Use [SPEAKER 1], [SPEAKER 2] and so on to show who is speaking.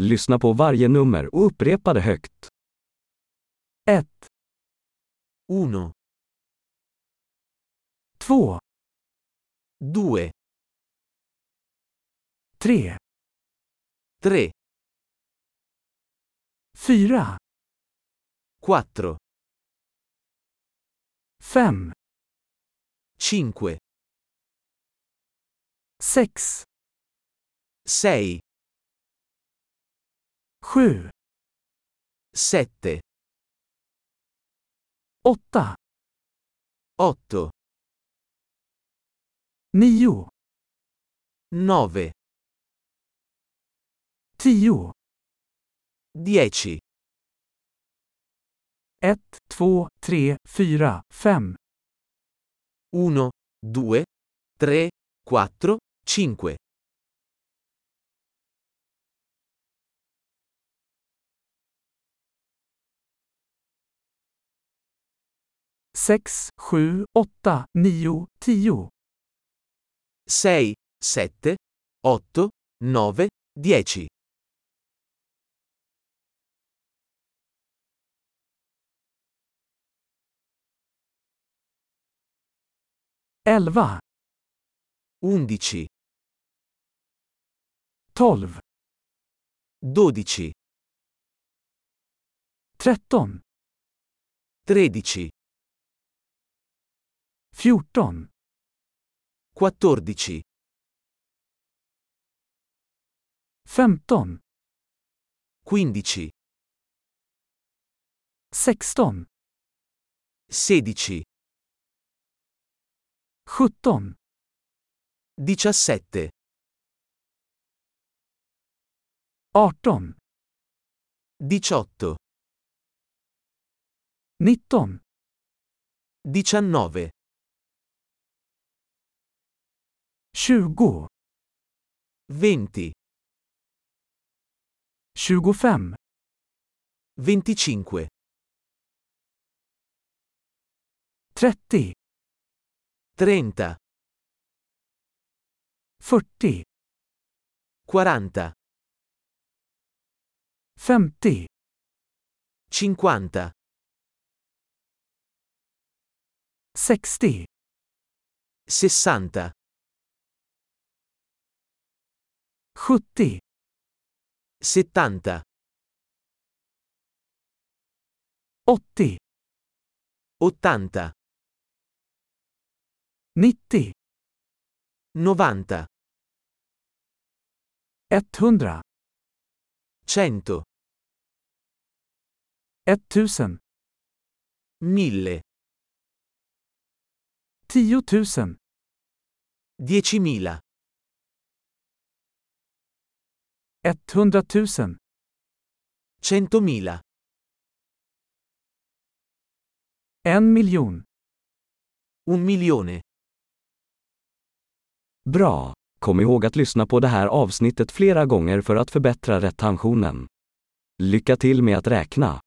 [SPEAKER 1] Lyssna på varje nummer och upprepa det högt. 1,
[SPEAKER 2] 1,
[SPEAKER 1] 2,
[SPEAKER 2] 2,
[SPEAKER 1] 3,
[SPEAKER 2] 3,
[SPEAKER 1] 4,
[SPEAKER 2] 4,
[SPEAKER 1] 5,
[SPEAKER 2] 5,
[SPEAKER 1] 6,
[SPEAKER 2] 6,
[SPEAKER 1] 7,
[SPEAKER 2] 7,
[SPEAKER 1] 8,
[SPEAKER 2] 8,
[SPEAKER 1] 9,
[SPEAKER 2] 9,
[SPEAKER 1] 10,
[SPEAKER 2] 10,
[SPEAKER 1] 1, 2, 3, 4, 5,
[SPEAKER 2] 1, 2, 3, 4, 5.
[SPEAKER 1] sex, sju, åtta, nio, tio,
[SPEAKER 2] 6, 7, 8, 9, 10.
[SPEAKER 1] elva,
[SPEAKER 2] 11,
[SPEAKER 1] tolv,
[SPEAKER 2] 12,
[SPEAKER 1] tretton,
[SPEAKER 2] 13,
[SPEAKER 1] fjorton,
[SPEAKER 2] 14,
[SPEAKER 1] femton,
[SPEAKER 2] 15,
[SPEAKER 1] sexton,
[SPEAKER 2] 16,
[SPEAKER 1] sjutton,
[SPEAKER 2] 17,
[SPEAKER 1] arton,
[SPEAKER 2] 18,
[SPEAKER 1] nitton,
[SPEAKER 2] 19,
[SPEAKER 1] tjugo,
[SPEAKER 2] 20,
[SPEAKER 1] tjugofem,
[SPEAKER 2] 25,
[SPEAKER 1] trettio,
[SPEAKER 2] 30,
[SPEAKER 1] fyrtio,
[SPEAKER 2] 40,
[SPEAKER 1] femtio,
[SPEAKER 2] 50,
[SPEAKER 1] sextio,
[SPEAKER 2] 60,
[SPEAKER 1] sjuttio,
[SPEAKER 2] 70,
[SPEAKER 1] åttio,
[SPEAKER 2] 80,
[SPEAKER 1] nittio,
[SPEAKER 2] 90,
[SPEAKER 1] etthundra,
[SPEAKER 2] 100,
[SPEAKER 1] etttusen,
[SPEAKER 2] 1000,
[SPEAKER 1] tiotusen,
[SPEAKER 2] 10.000,
[SPEAKER 1] etthundratusen,
[SPEAKER 2] 100.000,
[SPEAKER 1] en miljon.
[SPEAKER 2] un milione.
[SPEAKER 1] Bra! Kom ihåg att lyssna på det här avsnittet flera gånger för att förbättra retentionen. Lycka till med att räkna!